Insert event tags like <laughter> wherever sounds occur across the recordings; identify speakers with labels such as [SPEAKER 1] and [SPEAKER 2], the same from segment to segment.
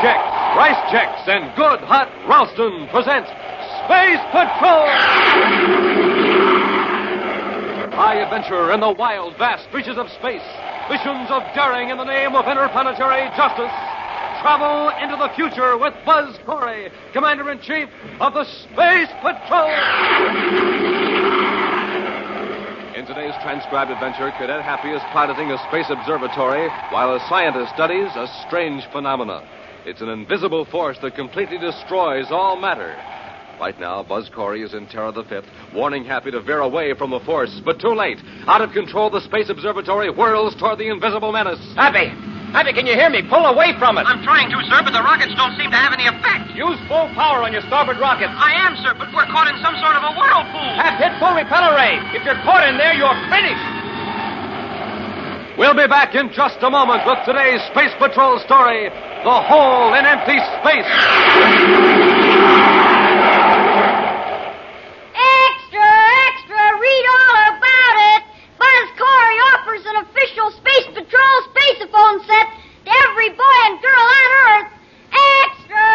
[SPEAKER 1] check, rice checks, and good hot Ralston presents Space Patrol! High adventure in the wild, vast reaches of space. Visions of daring in the name of interplanetary justice. Travel into the future with Buzz Corey, Commander in Chief of the Space Patrol! In today's transcribed adventure, Cadet Happy is piloting a space observatory while a scientist studies a strange phenomena. It's an invisible force that completely destroys all matter. Right now, Buzz Corey is in Terra the Fifth, warning Happy to veer away from the force, but too late. Out of control, the space observatory whirls toward the invisible menace.
[SPEAKER 2] Happy! Happy, can you hear me? Pull away from it.
[SPEAKER 3] I'm trying to, sir, but the rockets don't seem to have any effect.
[SPEAKER 2] Use full power on your starboard rocket.
[SPEAKER 3] I am, sir, but we're caught in some sort of a whirlpool.
[SPEAKER 2] Half hit full repeller ray. If you're caught in there, you're finished.
[SPEAKER 1] We'll be back in just a moment with today's Space Patrol story The Hole in Empty Space.
[SPEAKER 4] Extra, extra, read all about it. Buzz Corey offers an official Space Patrol spaceophone set to every boy and girl on Earth. Extra,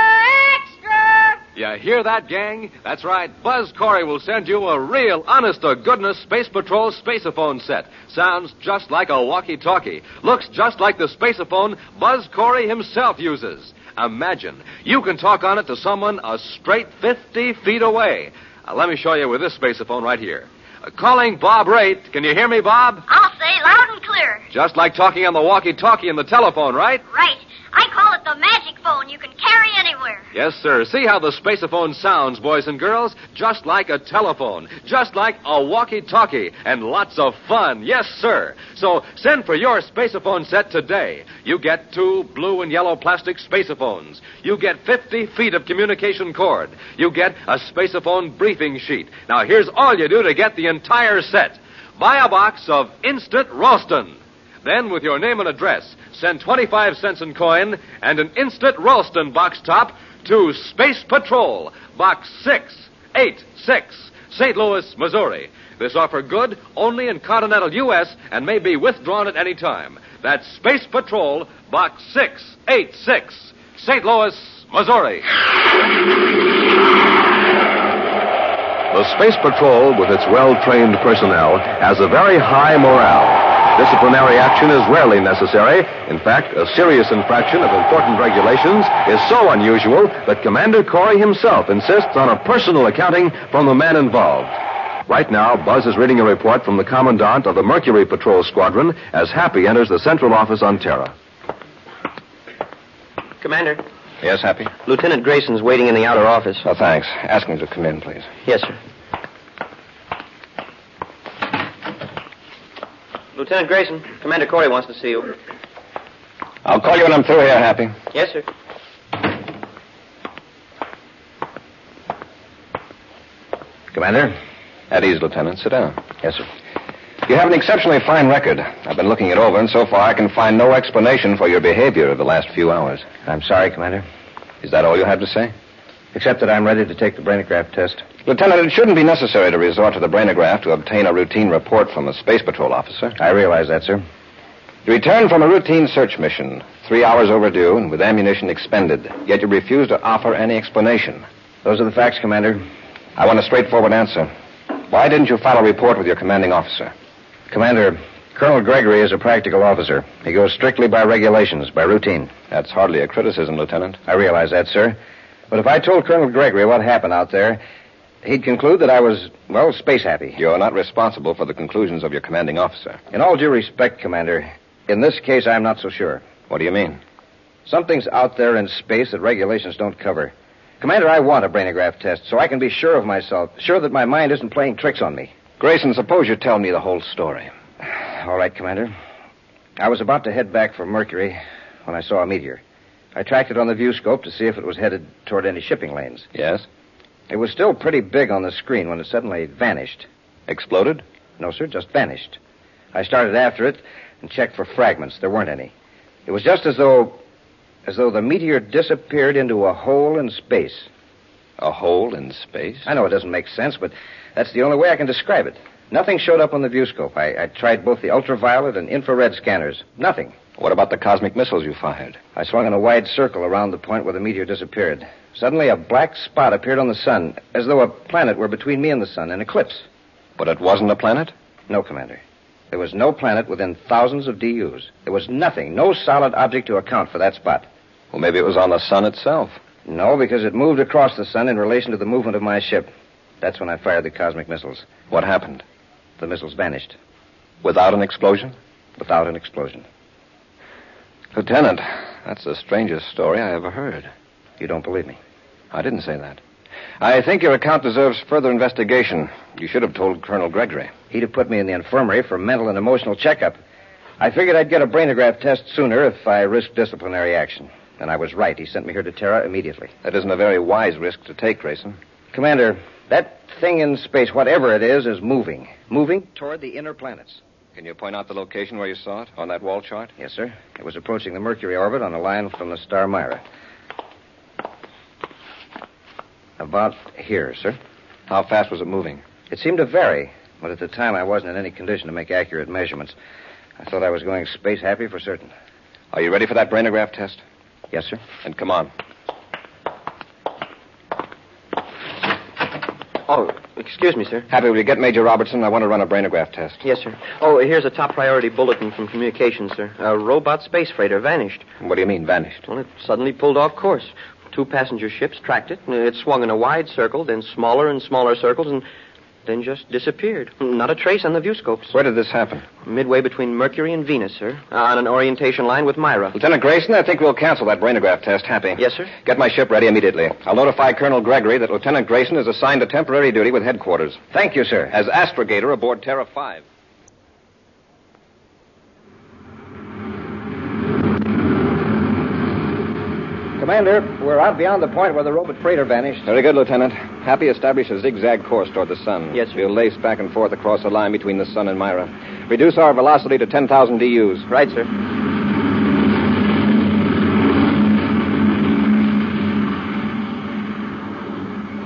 [SPEAKER 4] extra.
[SPEAKER 1] You hear that, gang? That's right. Buzz Corey will send you a real, honest to goodness Space Patrol spaceophone set. Sounds just like a walkie talkie. Looks just like the spaceophone Buzz Corey himself uses. Imagine, you can talk on it to someone a straight 50 feet away. Uh, let me show you with this spaceophone right here. Uh, calling Bob Raitt. Can you hear me, Bob?
[SPEAKER 4] I'll say loud and clear.
[SPEAKER 1] Just like talking on the walkie talkie and the telephone, right?
[SPEAKER 4] Right. I call it the magic phone you can carry anywhere.
[SPEAKER 1] Yes, sir. See how the spaceophone sounds, boys and girls? Just like a telephone, just like a walkie talkie, and lots of fun. Yes, sir. So send for your spaceophone set today. You get two blue and yellow plastic spaceophones. You get 50 feet of communication cord. You get a spaceophone briefing sheet. Now, here's all you do to get the entire set buy a box of instant Ralston. Then, with your name and address, send 25 cents in coin and an instant Ralston box top to Space Patrol, Box 686, St. Louis, Missouri. This offer good only in continental U.S. and may be withdrawn at any time. That's Space Patrol, Box 686, St. Louis, Missouri.
[SPEAKER 5] The Space Patrol, with its well trained personnel, has a very high morale. Disciplinary action is rarely necessary. In fact, a serious infraction of important regulations is so unusual that Commander Corey himself insists on a personal accounting from the man involved. Right now, Buzz is reading a report from the Commandant of the Mercury Patrol Squadron as Happy enters the Central Office on Terra.
[SPEAKER 6] Commander,
[SPEAKER 5] Yes, Happy?
[SPEAKER 6] Lieutenant Grayson's waiting in the outer office.
[SPEAKER 5] Oh, Uh, thanks. Ask him to come in, please.
[SPEAKER 6] Yes, sir. Lieutenant Grayson, Commander Corey wants to see you.
[SPEAKER 5] I'll call you when I'm through here, Happy.
[SPEAKER 6] Yes, sir.
[SPEAKER 5] Commander? At ease, Lieutenant. Sit down. Yes, sir. You have an exceptionally fine record. I've been looking it over, and so far I can find no explanation for your behavior of the last few hours. I'm sorry, Commander. Is that all you have to say? Except that I'm ready to take the brainograph test. Lieutenant, it shouldn't be necessary to resort to the brainograph to obtain a routine report from a Space Patrol officer. I realize that, sir. You returned from a routine search mission, three hours overdue and with ammunition expended, yet you refuse to offer any explanation. Those are the facts, Commander. I want a straightforward answer. Why didn't you file a report with your commanding officer? Commander, Colonel Gregory is a practical officer. He goes strictly by regulations, by routine. That's hardly a criticism, Lieutenant. I realize that, sir. But if I told Colonel Gregory what happened out there, he'd conclude that I was, well, space happy. You're not responsible for the conclusions of your commanding officer. In all due respect, Commander, in this case, I'm not so sure. What do you mean? Something's out there in space that regulations don't cover. Commander, I want a brainograph test so I can be sure of myself, sure that my mind isn't playing tricks on me. Grayson, suppose you tell me the whole story. <sighs> All right, Commander. I was about to head back for Mercury when I saw a meteor. I tracked it on the view scope to see if it was headed toward any shipping lanes. Yes? It was still pretty big on the screen when it suddenly vanished. Exploded? No, sir, just vanished. I started after it and checked for fragments. There weren't any. It was just as though as though the meteor disappeared into a hole in space. A hole in space? I know it doesn't make sense, but that's the only way I can describe it. Nothing showed up on the viewscope. I, I tried both the ultraviolet and infrared scanners. Nothing. What about the cosmic missiles you fired?
[SPEAKER 7] I swung in a wide circle around the point where the meteor disappeared. Suddenly, a black spot appeared on the sun, as though a planet were between me and the sun, an eclipse.
[SPEAKER 5] But it wasn't a planet?
[SPEAKER 7] No, Commander. There was no planet within thousands of DUs. There was nothing, no solid object to account for that spot.
[SPEAKER 5] Well, maybe it was on the sun itself.
[SPEAKER 7] No, because it moved across the sun in relation to the movement of my ship. That's when I fired the cosmic missiles.
[SPEAKER 5] What happened?
[SPEAKER 7] The missiles vanished
[SPEAKER 5] Without an explosion?
[SPEAKER 7] without an explosion.
[SPEAKER 5] Lieutenant, that's the strangest story I ever heard.
[SPEAKER 7] You don't believe me.
[SPEAKER 5] I didn't say that. I think your account deserves further investigation. You should have told Colonel Gregory.
[SPEAKER 7] He'd have put me in the infirmary for mental and emotional checkup. I figured I'd get a brainograph test sooner if I risked disciplinary action. And I was right. He sent me here to Terra immediately.
[SPEAKER 5] That isn't a very wise risk to take, Grayson.
[SPEAKER 7] Commander, that thing in space, whatever it is, is moving. Moving toward the inner planets.
[SPEAKER 5] Can you point out the location where you saw it on that wall chart?
[SPEAKER 7] Yes, sir. It was approaching the Mercury orbit on a line from the star Myra. About here, sir.
[SPEAKER 5] How fast was it moving?
[SPEAKER 7] It seemed to vary, but at the time I wasn't in any condition to make accurate measurements. I thought I was going space happy for certain.
[SPEAKER 5] Are you ready for that brainograph test?
[SPEAKER 7] Yes, sir.
[SPEAKER 5] And come on. Oh,
[SPEAKER 6] Excuse me, sir.
[SPEAKER 5] happy will you get Major Robertson? I want to run a brainograph test.
[SPEAKER 6] Yes, sir. Oh, here's a top priority bulletin from communications, sir. A robot space freighter vanished.
[SPEAKER 5] What do you mean, vanished?
[SPEAKER 6] Well, it suddenly pulled off course. Two passenger ships tracked it. and It swung in a wide circle, then smaller and smaller circles, and then just disappeared. Not a trace on the viewscopes.
[SPEAKER 5] Where did this happen?
[SPEAKER 6] Midway between Mercury and Venus, sir, Ah, on an orientation line with Myra.
[SPEAKER 5] Lieutenant Grayson, I think we'll cancel that brainograph test, Happy.
[SPEAKER 6] Yes, sir.
[SPEAKER 5] Get my ship ready immediately. I'll notify Colonel Gregory that Lieutenant Grayson is assigned to temporary duty with headquarters
[SPEAKER 7] Thank you, sir.
[SPEAKER 5] as astrogator aboard Terra 5.
[SPEAKER 7] Commander, we're out beyond the point where the robot freighter vanished.
[SPEAKER 5] Very good, Lieutenant. Happy established a zigzag course toward the sun.
[SPEAKER 6] Yes, sir.
[SPEAKER 5] We'll lace back and forth across the line between the sun and Myra. Reduce our velocity to 10,000 DUs.
[SPEAKER 6] Right, sir.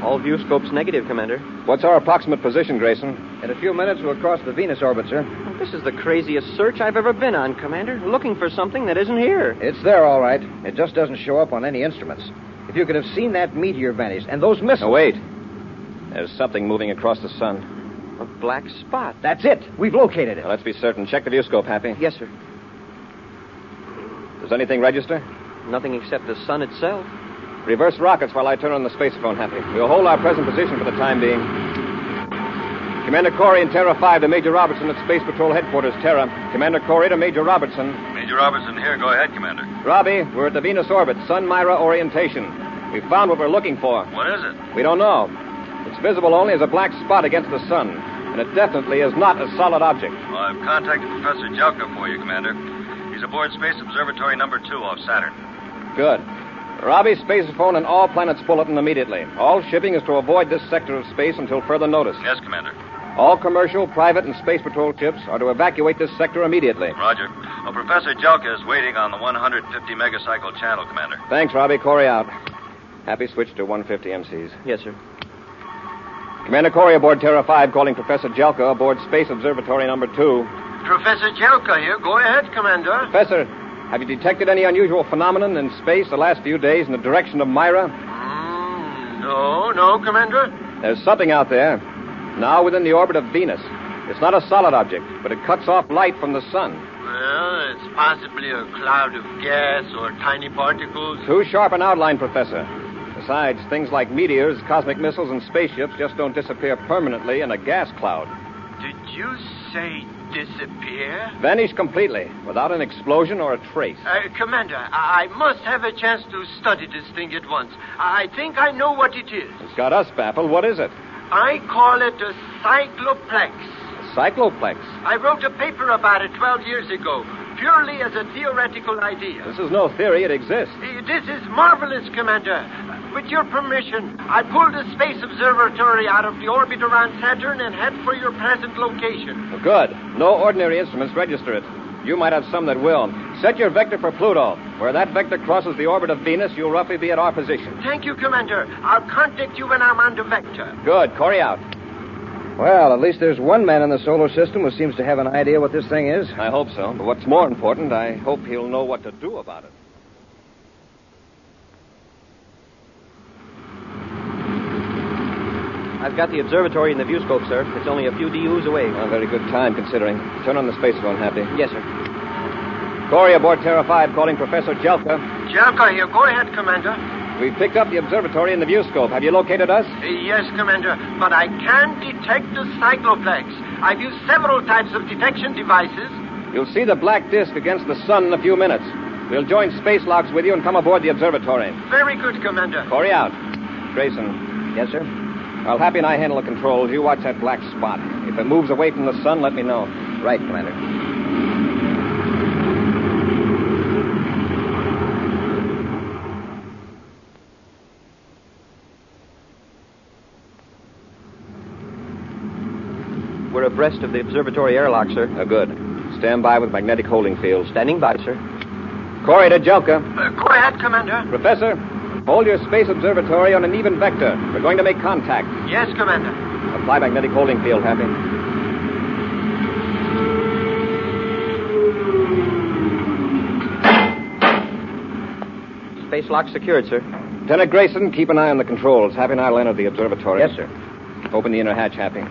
[SPEAKER 6] All view scopes negative, Commander.
[SPEAKER 5] What's our approximate position, Grayson?
[SPEAKER 7] In a few minutes, we'll cross the Venus orbit, sir.
[SPEAKER 6] This is the craziest search I've ever been on, Commander. Looking for something that isn't here.
[SPEAKER 7] It's there, all right. It just doesn't show up on any instruments. If you could have seen that meteor vanish and those missiles.
[SPEAKER 5] No, wait. There's something moving across the sun.
[SPEAKER 6] A black spot.
[SPEAKER 7] That's it. We've located it.
[SPEAKER 5] Now, let's be certain. Check the viewscope, Happy.
[SPEAKER 6] Yes, sir.
[SPEAKER 5] Does anything register?
[SPEAKER 6] Nothing except the sun itself.
[SPEAKER 5] Reverse rockets while I turn on the space phone, Happy. We'll hold our present position for the time being. Commander Corey and Terra 5 to Major Robertson at Space Patrol Headquarters, Terra. Commander Corey to Major Robertson.
[SPEAKER 1] Major Robertson here. Go ahead, Commander.
[SPEAKER 5] Robbie, we're at the Venus orbit, Sun Myra orientation. We found what we're looking for.
[SPEAKER 1] What is it?
[SPEAKER 5] We don't know. It's visible only as a black spot against the sun, and it definitely is not a solid object.
[SPEAKER 1] Well, I've contacted Professor Jalka for you, Commander. He's aboard Space Observatory number two off Saturn.
[SPEAKER 5] Good. Robbie, space phone and all planets bulletin immediately. All shipping is to avoid this sector of space until further notice.
[SPEAKER 1] Yes, Commander.
[SPEAKER 5] All commercial, private, and space patrol ships are to evacuate this sector immediately.
[SPEAKER 1] Roger. Well, Professor Jalka is waiting on the 150 megacycle channel, Commander.
[SPEAKER 5] Thanks, Robbie. Corey out. Happy switch to 150 MCs.
[SPEAKER 6] Yes, sir.
[SPEAKER 5] Commander Corey aboard Terra 5 calling Professor Jelka aboard Space Observatory number 2.
[SPEAKER 3] Professor Jelka here. Go ahead, Commander.
[SPEAKER 5] Professor, have you detected any unusual phenomenon in space the last few days in the direction of Myra?
[SPEAKER 3] Mm, no, no, Commander.
[SPEAKER 5] There's something out there. Now within the orbit of Venus. It's not a solid object, but it cuts off light from the sun.
[SPEAKER 3] Well, it's possibly a cloud of gas or tiny particles.
[SPEAKER 5] Too sharp an outline, Professor. Besides, things like meteors, cosmic missiles, and spaceships just don't disappear permanently in a gas cloud.
[SPEAKER 3] Did you say disappear?
[SPEAKER 5] Vanish completely, without an explosion or a trace.
[SPEAKER 3] Uh, Commander, I I must have a chance to study this thing at once. I think I know what it is.
[SPEAKER 5] It's got us baffled. What is it?
[SPEAKER 3] I call it a cycloplex.
[SPEAKER 5] A cycloplex.
[SPEAKER 3] I wrote a paper about it 12 years ago, purely as a theoretical idea.
[SPEAKER 5] This is no theory. It exists.
[SPEAKER 3] Uh, This is marvelous, Commander. With your permission, I pulled the space observatory out of the orbit around Saturn and head for your present location.
[SPEAKER 5] Well, good. No ordinary instruments register it. You might have some that will. Set your vector for Pluto. Where that vector crosses the orbit of Venus, you'll roughly be at our position.
[SPEAKER 3] Thank you, Commander. I'll contact you when I'm on the vector.
[SPEAKER 5] Good. Corey out.
[SPEAKER 7] Well, at least there's one man in the solar system who seems to have an idea what this thing is.
[SPEAKER 5] I hope so. But what's more important, I hope he'll know what to do about it.
[SPEAKER 6] I've got the observatory in the viewscope, sir. It's only a few DUs away.
[SPEAKER 5] A very good time, considering. Turn on the space phone, Happy.
[SPEAKER 6] yes, sir.
[SPEAKER 5] Gloria aboard Terra 5 calling Professor Jelka.
[SPEAKER 3] Jelka here. Go ahead, Commander.
[SPEAKER 5] We picked up the observatory in the viewscope. Have you located us?
[SPEAKER 3] Uh, Yes, Commander, but I can detect the cycloplex. I've used several types of detection devices.
[SPEAKER 5] You'll see the black disk against the sun in a few minutes. We'll join space logs with you and come aboard the observatory.
[SPEAKER 3] Very good, Commander.
[SPEAKER 5] Corey out. Grayson,
[SPEAKER 7] Yes, sir.
[SPEAKER 5] while Happy and I handle the controls, you watch that black spot. If it moves away from the sun, let me know.
[SPEAKER 7] Right, Commander.
[SPEAKER 6] We're abreast of the observatory airlock, sir.
[SPEAKER 5] Oh, good. Stand by with magnetic holding fields.
[SPEAKER 6] Standing by, sir.
[SPEAKER 5] Corey to Jelka.
[SPEAKER 3] Uh, go ahead, Commander.
[SPEAKER 5] Professor, hold your space observatory on an even vector. We're going to make contact.
[SPEAKER 3] Yes, Commander.
[SPEAKER 5] Apply magnetic holding field, Happy.
[SPEAKER 6] Space lock secured, sir.
[SPEAKER 5] Lieutenant Grayson, keep an eye on the controls. Happy and I'll enter the observatory.
[SPEAKER 7] Yes, sir.
[SPEAKER 5] Open the inner hatch, Happy.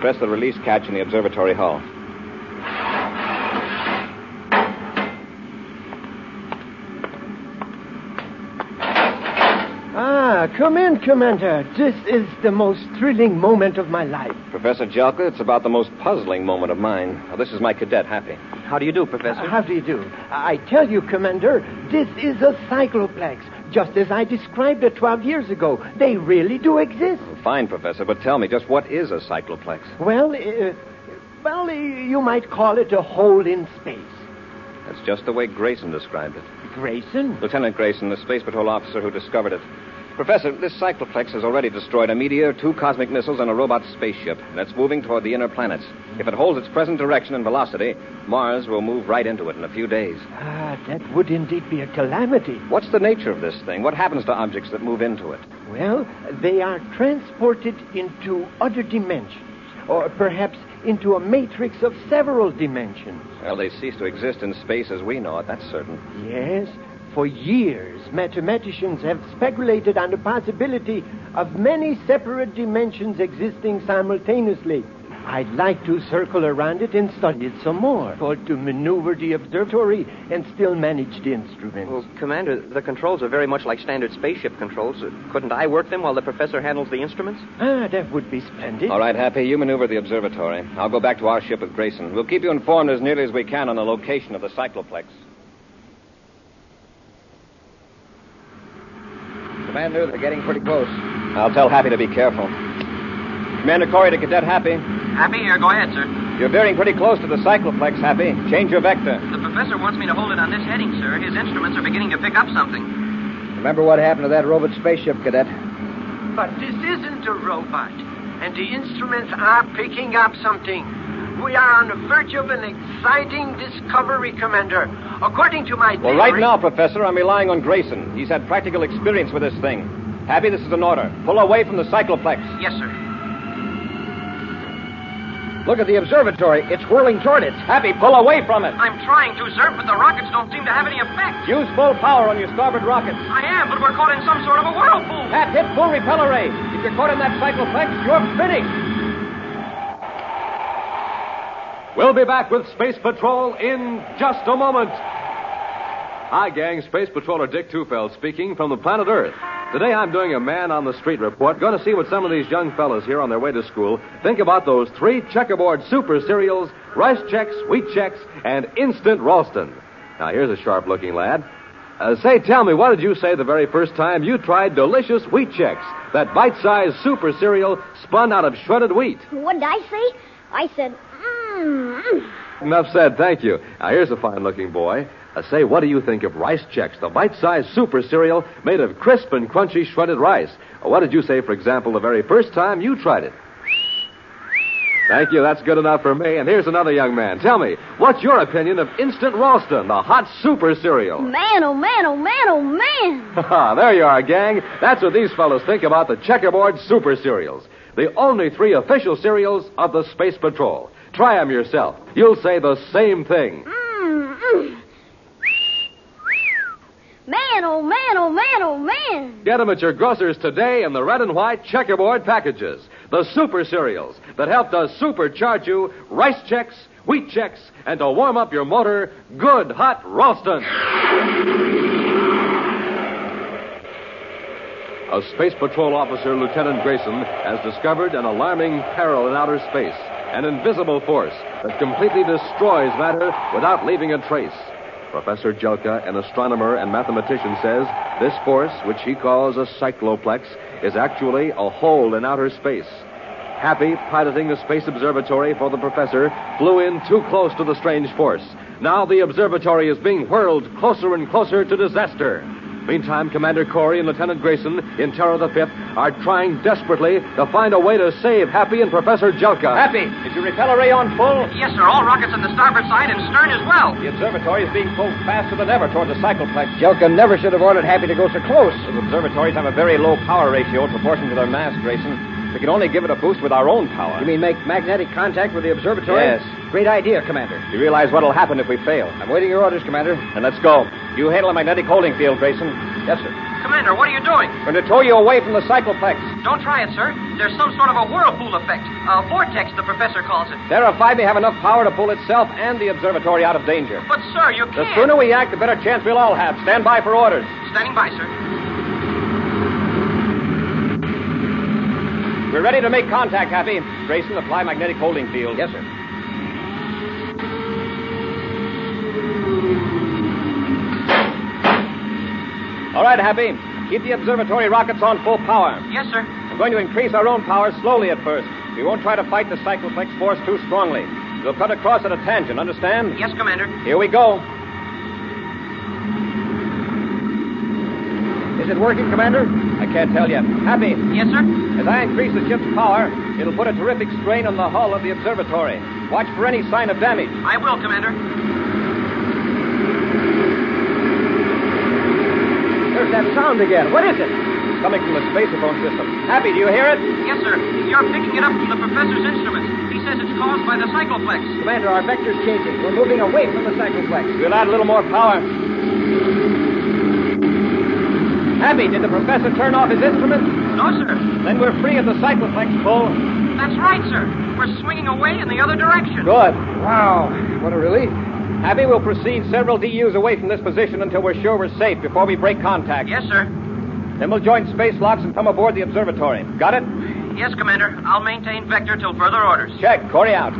[SPEAKER 5] Press the release catch in the observatory hull.
[SPEAKER 3] Ah, come in, Commander. This is the most thrilling moment of my life.
[SPEAKER 5] Professor Jelka, it's about the most puzzling moment of mine. Now, this is my cadet, Happy.
[SPEAKER 6] How do you do, Professor?
[SPEAKER 3] How do you do? I tell you, Commander, this is a cycloplex. Just as I described it 12 years ago, they really do exist.
[SPEAKER 5] Fine, Professor, but tell me, just what is a cycloplex?
[SPEAKER 3] Well, uh, well, uh, you might call it a hole in space.
[SPEAKER 5] That's just the way Grayson described it.
[SPEAKER 3] Grayson?
[SPEAKER 5] Lieutenant Grayson, the Space Patrol officer who discovered it. Professor, this cycloplex has already destroyed a meteor, two cosmic missiles, and a robot spaceship, and it's moving toward the inner planets. If it holds its present direction and velocity, Mars will move right into it in a few days.
[SPEAKER 3] Ah, that would indeed be a calamity.
[SPEAKER 5] What's the nature of this thing? What happens to objects that move into it?
[SPEAKER 3] Well, they are transported into other dimensions, or perhaps into a matrix of several dimensions.
[SPEAKER 5] Well, they cease to exist in space as we know it, that's certain.
[SPEAKER 3] Yes, for years, mathematicians have speculated on the possibility of many separate dimensions existing simultaneously. I'd like to circle around it and study it some more, or to maneuver the observatory and still manage the instruments.
[SPEAKER 6] Well, Commander, the controls are very much like standard spaceship controls. Uh, Couldn't I work them while the professor handles the instruments?
[SPEAKER 3] Ah, that would be splendid.
[SPEAKER 5] All right, Happy, you maneuver the observatory. I'll go back to our ship with Grayson. We'll keep you informed as nearly as we can on the location of the cycloplex.
[SPEAKER 7] Commander, they're getting pretty close.
[SPEAKER 5] I'll tell Happy to be careful. Commander Corey to Cadet Happy.
[SPEAKER 2] Happy? here. go ahead, sir.
[SPEAKER 5] You're veering pretty close to the cycloplex, Happy. Change your vector.
[SPEAKER 2] The professor wants me to hold it on this heading, sir. His instruments are beginning to pick up something.
[SPEAKER 7] Remember what happened to that robot spaceship, Cadet?
[SPEAKER 3] But this isn't a robot, and the instruments are picking up something. We are on the verge of an exciting discovery, Commander. According to my
[SPEAKER 5] Well,
[SPEAKER 3] theory-
[SPEAKER 5] right now, Professor, I'm relying on Grayson. He's had practical experience with this thing. Happy, this is an order. Pull away from the cycloplex.
[SPEAKER 2] Yes, sir.
[SPEAKER 7] Look at the observatory. It's whirling toward it.
[SPEAKER 5] Happy, pull away from it.
[SPEAKER 2] I'm trying to, sir, but the rockets don't seem to have any effect.
[SPEAKER 5] Use full power on your starboard rockets.
[SPEAKER 2] I am, but we're caught in some sort of a whirlpool.
[SPEAKER 5] Pat, hit full repeller ray. If you're caught in that cycloplex, you're finished.
[SPEAKER 1] We'll be back with Space Patrol in just a moment. Hi, gang. Space Patroller Dick Tufeld speaking from the planet Earth. Today I'm doing a man on the street report. Going to see what some of these young fellas here on their way to school think about those three checkerboard super cereals Rice Checks, Wheat Checks, and Instant Ralston. Now, here's a sharp looking lad. Uh, say, tell me, what did you say the very first time you tried delicious Wheat Checks, that bite sized super cereal spun out of shredded wheat?
[SPEAKER 4] What did I say? I said, mmm. mm."
[SPEAKER 1] Enough said, thank you. Now, here's a fine looking boy. Uh, say, what do you think of Rice Checks, the bite sized super cereal made of crisp and crunchy shredded rice? Uh, What did you say, for example, the very first time you tried it? Thank you. That's good enough for me. And here's another young man. Tell me, what's your opinion of Instant Ralston, the hot super cereal? <laughs>
[SPEAKER 4] Man, oh man, oh man, oh man.
[SPEAKER 1] there you are, gang. That's what these fellows think about the checkerboard super cereals. The only three official cereals of the Space Patrol. Try 'em yourself. You'll say the same thing.
[SPEAKER 4] Mm, mm. Man, oh man, oh man, oh man.
[SPEAKER 1] Get 'em at your grocer's today in the red and white checkerboard packages. The super cereals that help to supercharge you rice checks, wheat checks, and to warm up your motor, good hot Ralston. A Space Patrol officer, Lieutenant Grayson, has discovered an alarming peril in outer space, an invisible force that completely destroys matter without leaving a trace. Professor Jelka, an astronomer and mathematician, says this force, which he calls a cycloplex, is actually a hole in outer space. Happy, piloting the space observatory for the professor, flew in too close to the strange force. Now the observatory is being whirled closer and closer to disaster. Meantime, Commander Corey and Lieutenant Grayson, in Terror the Fifth, are trying desperately to find a way to save Happy and Professor Jelka.
[SPEAKER 5] Happy, is your repeller ray on full?
[SPEAKER 6] Yes, sir. All rockets on the starboard side and stern as well.
[SPEAKER 5] The observatory is being pulled faster than ever toward the cycloplex.
[SPEAKER 8] Jelka never should have ordered Happy to go so close.
[SPEAKER 5] Those observatories have a very low power ratio in proportion to their mass, Grayson. We can only give it a boost with our own power.
[SPEAKER 8] You mean make magnetic contact with the observatory?
[SPEAKER 5] Yes.
[SPEAKER 8] Great idea, Commander.
[SPEAKER 5] You realize what'll happen if we fail.
[SPEAKER 8] I'm waiting your orders, Commander.
[SPEAKER 5] And let's go. You handle the magnetic holding field, Grayson. Yes, sir.
[SPEAKER 6] Commander, what are you doing?
[SPEAKER 5] Going to tow you away from the cycloplex.
[SPEAKER 6] Don't try it, sir. There's some sort of a whirlpool effect. A vortex, the professor calls it.
[SPEAKER 5] Verify may have enough power to pull itself and the observatory out of danger.
[SPEAKER 6] But, sir, you
[SPEAKER 5] The sooner we act, the better chance we'll all have. Stand by for orders.
[SPEAKER 6] Standing by, sir.
[SPEAKER 5] We're ready to make contact, Happy. Grayson, apply magnetic holding field. Yes, sir. All right, Happy. Keep the observatory rockets on full power.
[SPEAKER 6] Yes, sir.
[SPEAKER 5] I'm going to increase our own power slowly at first. We won't try to fight the cycloplex force too strongly. We'll cut across at a tangent, understand?
[SPEAKER 6] Yes, Commander.
[SPEAKER 5] Here we go.
[SPEAKER 8] Is it working, Commander?
[SPEAKER 5] I can't tell yet. Happy,
[SPEAKER 6] Yes, sir.
[SPEAKER 5] As I increase the ship's power, it'll put a terrific strain on the hull of the observatory. Watch for any sign of damage.
[SPEAKER 6] I will, Commander.
[SPEAKER 8] There's that sound again. What is it?
[SPEAKER 5] It's coming from the spacephone system. Happy, do you hear it?
[SPEAKER 6] Yes, sir. You're picking it up from the professor's instruments. He says it's caused by the cycloplex.
[SPEAKER 8] Commander, our vector's changing. We're moving away from the cycloplex.
[SPEAKER 5] We'll add a little more power. Happy, did the professor turn off his instruments?
[SPEAKER 6] No, sir.
[SPEAKER 5] Then we're free of the cycloplex pull.
[SPEAKER 6] That's right, sir. We're swinging away in the other direction.
[SPEAKER 5] Good.
[SPEAKER 8] Wow, what a relief.
[SPEAKER 5] Happy, we'll proceed several DUs away from this position until we're sure we're safe before we break contact.
[SPEAKER 6] Yes, sir.
[SPEAKER 5] Then we'll join space locks and come aboard the observatory. Got it?
[SPEAKER 6] Yes, Commander. I'll maintain vector till further orders.
[SPEAKER 5] Check. Corey out.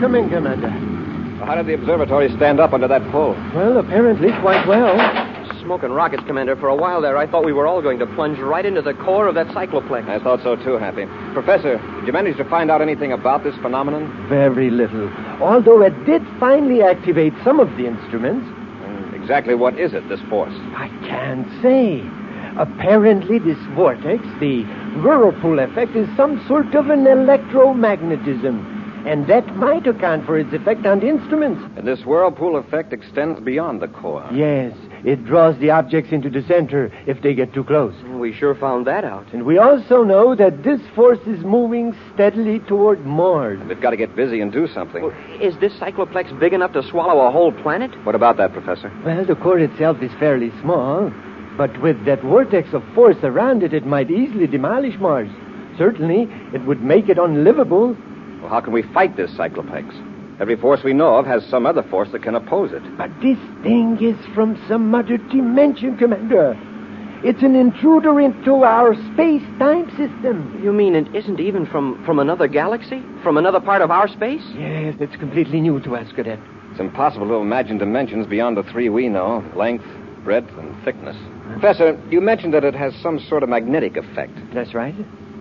[SPEAKER 3] Come in, Commander.
[SPEAKER 5] How did the observatory stand up under that pull?
[SPEAKER 3] Well, apparently quite well.
[SPEAKER 6] Smoking rockets, Commander. For a while there, I thought we were all going to plunge right into the core of that cycloplex.
[SPEAKER 5] I thought so too, Happy. Professor, did you manage to find out anything about this phenomenon?
[SPEAKER 3] Very little. Although it did finally activate some of the instruments,
[SPEAKER 5] And exactly what is it, this force?
[SPEAKER 3] I can't say. Apparently, this vortex, the whirlpool effect, is some sort of an electromagnetism, and that might account for its effect on the instruments.
[SPEAKER 5] And this whirlpool effect extends beyond the core.
[SPEAKER 3] Yes, it draws the objects into the center if they get too close.
[SPEAKER 6] We sure found that out.
[SPEAKER 3] And we also know that this force is moving steadily toward Mars.
[SPEAKER 5] They've got to get busy and do something.
[SPEAKER 6] Is this cycloplex big enough to swallow a whole planet?
[SPEAKER 5] What about that, Professor?
[SPEAKER 3] Well, the core itself is fairly small, but with that vortex of force around it, it might easily demolish Mars. Certainly, it would make it unlivable.
[SPEAKER 5] Well, how can we fight this cyclopex? Every force we know of has some other force that can oppose it.
[SPEAKER 3] But this thing is from some other dimension, Commander. It's an intruder into our space time system.
[SPEAKER 6] You mean it isn't even from, from another galaxy? From another part of our space?
[SPEAKER 3] Yes, it's completely new to us, Cadet.
[SPEAKER 5] It's impossible to imagine dimensions beyond the three we know length, breadth, and thickness. Professor, you mentioned that it has some sort of magnetic effect.
[SPEAKER 3] That's right.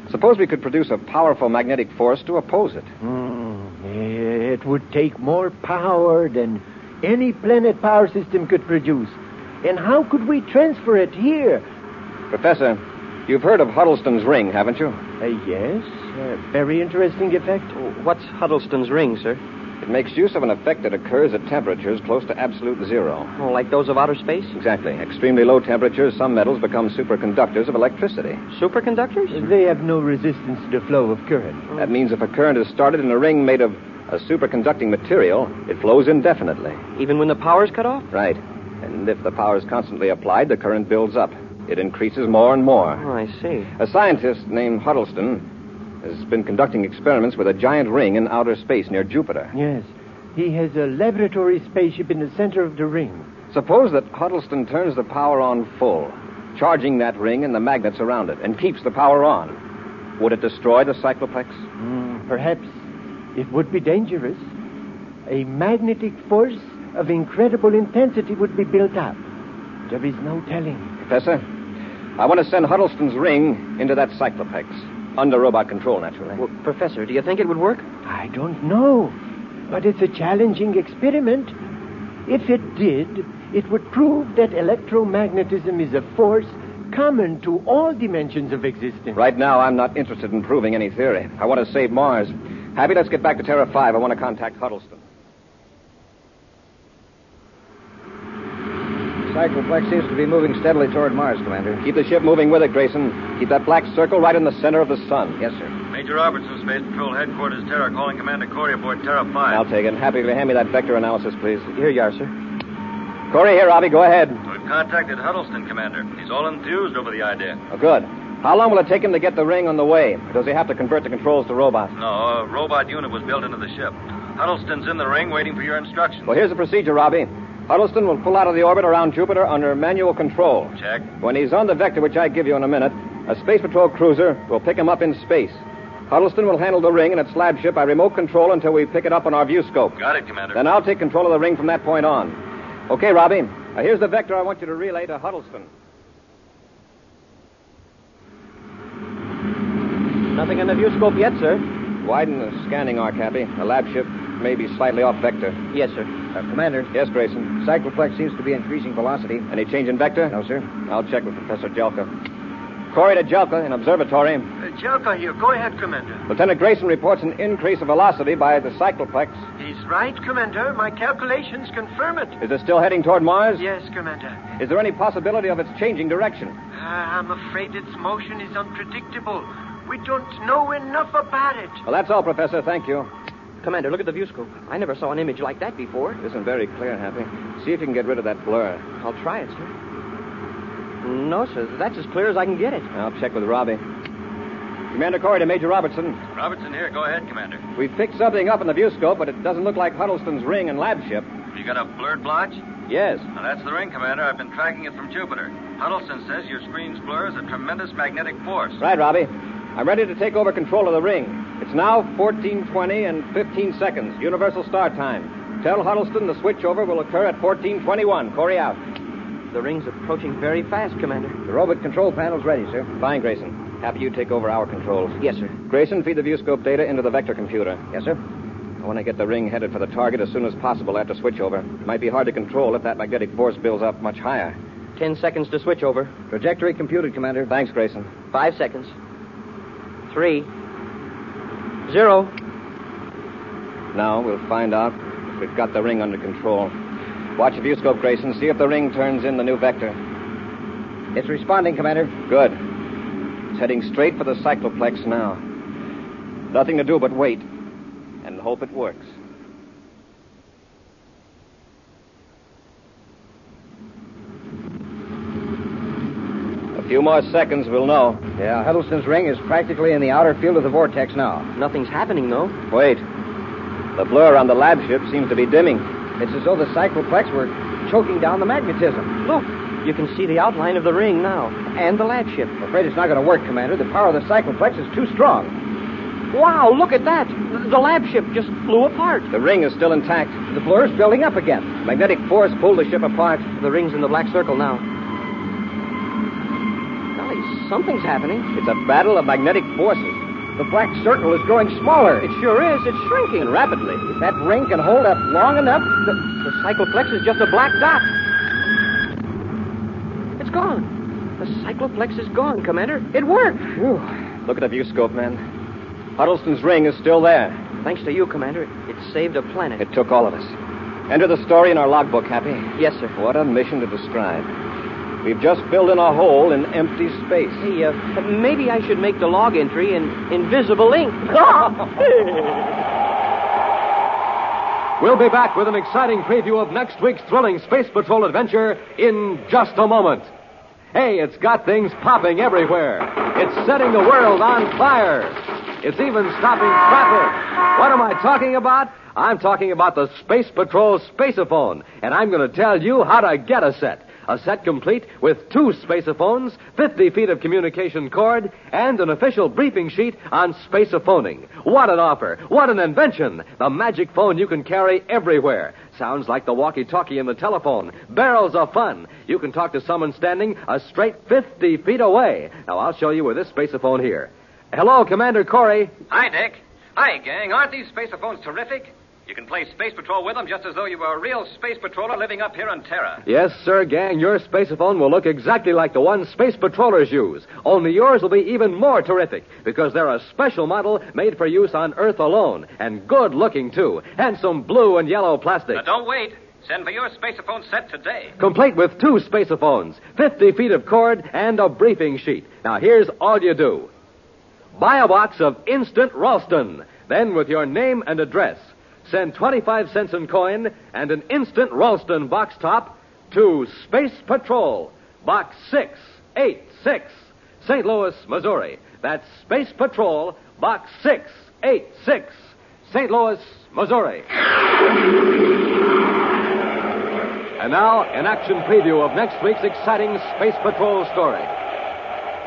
[SPEAKER 5] Suppose we could produce a powerful magnetic force to oppose it.
[SPEAKER 3] Mm, it It would take more power than any planet power system could produce. And how could we transfer it here?
[SPEAKER 5] Professor, you've heard of Huddleston's ring, haven't you?
[SPEAKER 3] Uh, yes, uh, very interesting effect.
[SPEAKER 6] What's Huddleston's ring, sir?
[SPEAKER 5] It makes use of an effect that occurs at temperatures close to absolute zero.
[SPEAKER 6] Oh, like those of outer space?
[SPEAKER 5] Exactly. Extremely low temperatures, some metals become superconductors of electricity.
[SPEAKER 6] Superconductors?
[SPEAKER 3] They have no resistance to the flow of current.
[SPEAKER 5] That means if a current is started in a ring made of a superconducting material, it flows indefinitely.
[SPEAKER 6] Even when the power's cut off?
[SPEAKER 5] Right. And if the power is constantly applied, the current builds up. It increases more and more.
[SPEAKER 6] Oh, I see.
[SPEAKER 5] A scientist named Huddleston has been conducting experiments with a giant ring in outer space near Jupiter.
[SPEAKER 3] Yes. He has a laboratory spaceship in the center of the ring.
[SPEAKER 5] Suppose that Huddleston turns the power on full, charging that ring and the magnets around it, and keeps the power on. Would it destroy the cycloplex?
[SPEAKER 3] Mm, Perhaps it would be dangerous. A magnetic force of incredible intensity would be built up. There is no telling.
[SPEAKER 5] Professor, I want to send Huddleston's ring into that cycloplex, under robot control, naturally.
[SPEAKER 6] Well, Professor, do you think it would work?
[SPEAKER 3] I don't know, but it's a challenging experiment. If it did, it would prove that electromagnetism is a force common to all dimensions of existence.
[SPEAKER 5] Right now, I'm not interested in proving any theory. I want to save Mars. Happy, let's get back to Terra 5. I want to contact Huddleston.
[SPEAKER 9] Cycloplex seems to be moving steadily toward Mars, Commander.
[SPEAKER 5] Keep the ship moving with it, Grayson. Keep that black circle right in the center of the sun.
[SPEAKER 9] Yes, sir.
[SPEAKER 1] Major Robertson, Space Patrol Headquarters, Terra, calling Commander Corey aboard Terra 5.
[SPEAKER 5] I'll take it. Happy, hand me that vector analysis, please.
[SPEAKER 6] Here you are, sir.
[SPEAKER 5] Corey, here, Robbie, go ahead.
[SPEAKER 1] We've contacted Huddleston, Commander. He's all enthused over the idea.
[SPEAKER 5] Oh, good. How long will it take him to get the ring on the way? Or does he have to convert the controls to robots?
[SPEAKER 1] No, a robot unit was built into the ship. Huddleston's in the ring waiting for your instructions.
[SPEAKER 5] Well, here's the procedure, Robbie. Huddleston will pull out of the orbit around Jupiter under manual control.
[SPEAKER 1] Check.
[SPEAKER 5] When he's on the vector, which I give you in a minute, a Space Patrol cruiser will pick him up in space. Huddleston will handle the ring and its lab ship by remote control until we pick it up on our view scope.
[SPEAKER 1] Got it, Commander.
[SPEAKER 5] Then I'll take control of the ring from that point on. Okay, Robbie. Now here's the vector I want you to relay to Huddleston.
[SPEAKER 6] Nothing in the view scope yet, sir.
[SPEAKER 5] Widen the scanning arc, Happy. The lab ship may be slightly off vector.
[SPEAKER 6] Yes, sir.
[SPEAKER 9] Uh, Commander,
[SPEAKER 5] Yes, Grayson.
[SPEAKER 9] cycloplex seems to be increasing velocity.
[SPEAKER 5] Any change in vector?
[SPEAKER 9] No, sir.
[SPEAKER 5] I'll check with Professor Jelka. Corey to Jelka in observatory.
[SPEAKER 1] Uh, Jelka here. Go ahead, Commander.
[SPEAKER 5] Lieutenant Grayson reports an increase of velocity by the cycloplex.
[SPEAKER 1] He's right, Commander. My calculations confirm it.
[SPEAKER 5] Is it still heading toward Mars?
[SPEAKER 1] Yes, Commander.
[SPEAKER 5] Is there any possibility of its changing direction?
[SPEAKER 1] Ah, I'm afraid its motion is unpredictable. We don't know enough about it.
[SPEAKER 5] Well, that's all, Professor. Thank you.
[SPEAKER 6] Commander, look at the view scope. I never saw an image like that before.
[SPEAKER 5] This isn't very clear, Happy. See if you can get rid of that blur.
[SPEAKER 6] I'll try it, sir. No, sir. That's as clear as I can get it.
[SPEAKER 5] I'll check with Robbie. Commander Corey to Major Robertson.
[SPEAKER 1] Robertson here. Go ahead, Commander.
[SPEAKER 5] We've picked something up in the view scope, but it doesn't look like Huddleston's ring and lab ship.
[SPEAKER 1] You got a blurred blotch?
[SPEAKER 5] Yes.
[SPEAKER 1] Now, that's the ring, Commander. I've been tracking it from Jupiter. Huddleston says your screen's blur is a tremendous magnetic force.
[SPEAKER 5] Right, Robbie. I'm ready to take over control of the ring. It's now 1420 and 15 seconds, Universal Star Time. Tell Huddleston the switchover will occur at 1421. Corey out.
[SPEAKER 6] The ring's approaching very fast, Commander.
[SPEAKER 9] The robot control panel's ready, sir.
[SPEAKER 5] Fine, Grayson. Happy you take over our controls.
[SPEAKER 6] Yes, sir.
[SPEAKER 5] Grayson, feed the view scope data into the vector computer.
[SPEAKER 9] Yes, sir.
[SPEAKER 5] I want to get the ring headed for the target as soon as possible after switchover. It might be hard to control if that magnetic force builds up much higher.
[SPEAKER 6] Ten seconds to switch over.
[SPEAKER 9] Trajectory computed, Commander.
[SPEAKER 5] Thanks, Grayson.
[SPEAKER 6] Five seconds. Three. Zero.
[SPEAKER 5] Now we'll find out if we've got the ring under control. Watch the view scope, Grayson. See if the ring turns in the new vector.
[SPEAKER 9] It's responding, Commander.
[SPEAKER 5] Good. It's heading straight for the cycloplex now. Nothing to do but wait and hope it works. A few more seconds, we'll know.
[SPEAKER 9] Yeah, Huddleston's ring is practically in the outer field of the vortex now.
[SPEAKER 6] Nothing's happening, though.
[SPEAKER 5] Wait. The blur on the lab ship seems to be dimming.
[SPEAKER 9] It's as though the cycloplex were choking down the magnetism.
[SPEAKER 6] Look, you can see the outline of the ring now, and the lab ship.
[SPEAKER 9] I'm afraid it's not going to work, Commander. The power of the cycloplex is too strong.
[SPEAKER 6] Wow, look at that! The lab ship just flew apart.
[SPEAKER 5] The ring is still intact.
[SPEAKER 9] The blur is building up again.
[SPEAKER 5] The magnetic force pulled the ship apart.
[SPEAKER 6] The ring's in the black circle now. Golly, something's happening.
[SPEAKER 5] It's a battle of magnetic forces.
[SPEAKER 10] The black circle is growing smaller.
[SPEAKER 11] It sure is. It's shrinking rapidly.
[SPEAKER 10] That ring can hold up long enough.
[SPEAKER 11] The, the cycloplex is just a black dot.
[SPEAKER 6] It's gone. The cycloplex is gone, Commander. It worked.
[SPEAKER 11] Phew. Look at the viewscope, man. Huddleston's ring is still there.
[SPEAKER 6] Thanks to you, Commander, it saved a planet.
[SPEAKER 11] It took all of us. Enter the story in our logbook, Happy.
[SPEAKER 6] Yes, sir.
[SPEAKER 11] What a mission to describe. We've just filled in a hole in empty space.
[SPEAKER 6] Hey, uh, maybe I should make the log entry in invisible ink. <laughs>
[SPEAKER 5] We'll be back with an exciting preview of next week's thrilling Space Patrol adventure in just a moment. Hey, it's got things popping everywhere. It's setting the world on fire. It's even stopping traffic. What am I talking about? I'm talking about the Space Patrol Spaceophone, and I'm going to tell you how to get a set. A set complete with two spacephones, 50 feet of communication cord, and an official briefing sheet on spacephoning. What an offer! What an invention! The magic phone you can carry everywhere. Sounds like the walkie talkie in the telephone. Barrels of fun. You can talk to someone standing a straight 50 feet away. Now, I'll show you with this spacephone here. Hello, Commander Corey.
[SPEAKER 1] Hi, Dick. Hi, gang. Aren't these spacephones terrific? You can play Space Patrol with them just as though you were a real space patroller living up here on Terra.
[SPEAKER 5] Yes, sir, gang. Your spaceophone will look exactly like the one space patrollers use. Only yours will be even more terrific because they're a special model made for use on Earth alone, and good looking too. Handsome blue and yellow plastic.
[SPEAKER 1] Now, don't wait. Send for your spaceophone set today.
[SPEAKER 5] Complete with two spaceophones, 50 feet of cord, and a briefing sheet. Now, here's all you do. Buy a box of instant Ralston. Then, with your name and address, send 25 cents in coin and an instant Ralston box top to Space Patrol, Box 686, St. Louis, Missouri. That's Space Patrol, Box 686, St. Louis, Missouri. And now, an action preview of next week's exciting Space Patrol story.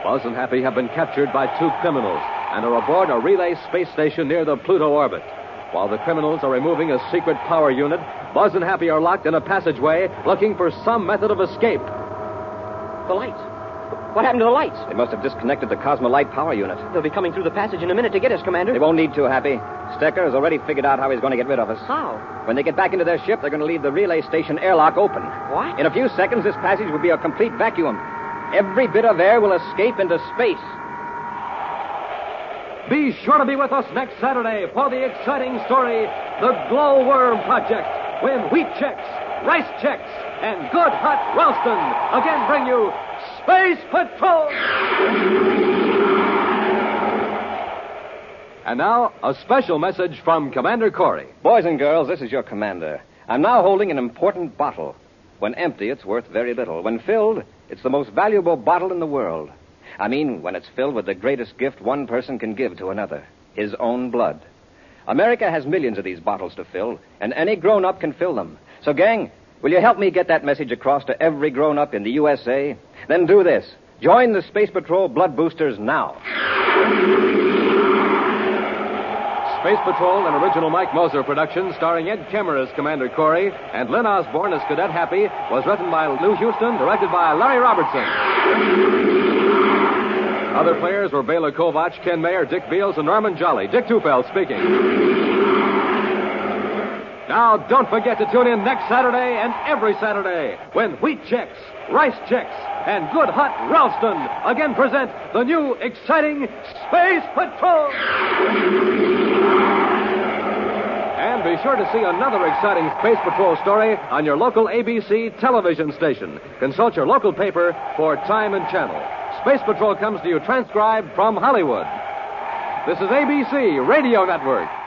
[SPEAKER 5] Buzz and Happy have been captured by two criminals and are aboard a relay space station near the Pluto orbit. While the criminals are removing a secret power unit, Buzz and Happy are locked in a passageway looking for some method of escape.
[SPEAKER 6] The lights. What happened to the lights?
[SPEAKER 11] They must have disconnected the Cosmolite power unit.
[SPEAKER 6] They'll be coming through the passage in a minute to get us, Commander.
[SPEAKER 11] They won't need to, Happy. Stecker has already figured out how he's going to get rid of us.
[SPEAKER 6] How?
[SPEAKER 11] When they get back into their ship, they're going to leave the relay station airlock open.
[SPEAKER 6] What?
[SPEAKER 11] In a few seconds, this passage will be a complete vacuum. Every bit of air will escape into space.
[SPEAKER 5] Be sure to be with us next Saturday for the exciting story The Glowworm Project, when wheat checks, rice checks, and good hot Ralston again bring you Space Patrol! And now, a special message from Commander Corey.
[SPEAKER 11] Boys and girls, this is your commander. I'm now holding an important bottle. When empty, it's worth very little. When filled, it's the most valuable bottle in the world. I mean, when it's filled with the greatest gift one person can give to another his own blood. America has millions of these bottles to fill, and any grown up can fill them. So, gang, will you help me get that message across to every grown up in the USA? Then do this join the Space Patrol Blood Boosters now.
[SPEAKER 5] Space Patrol, an original Mike Moser production starring Ed Kemmer as Commander Corey and Lynn Osborne as Cadet Happy, was written by Lou Houston, directed by Larry Robertson. Other players were Bela Kovach, Ken Mayer, Dick Beals, and Norman Jolly. Dick Tufeld speaking. Now, don't forget to tune in next Saturday and every Saturday when wheat checks, rice checks, and good hot Ralston again present the new exciting Space Patrol. And be sure to see another exciting Space Patrol story on your local ABC television station. Consult your local paper for time and channel. Space Patrol comes to you transcribed from Hollywood. This is ABC Radio Network.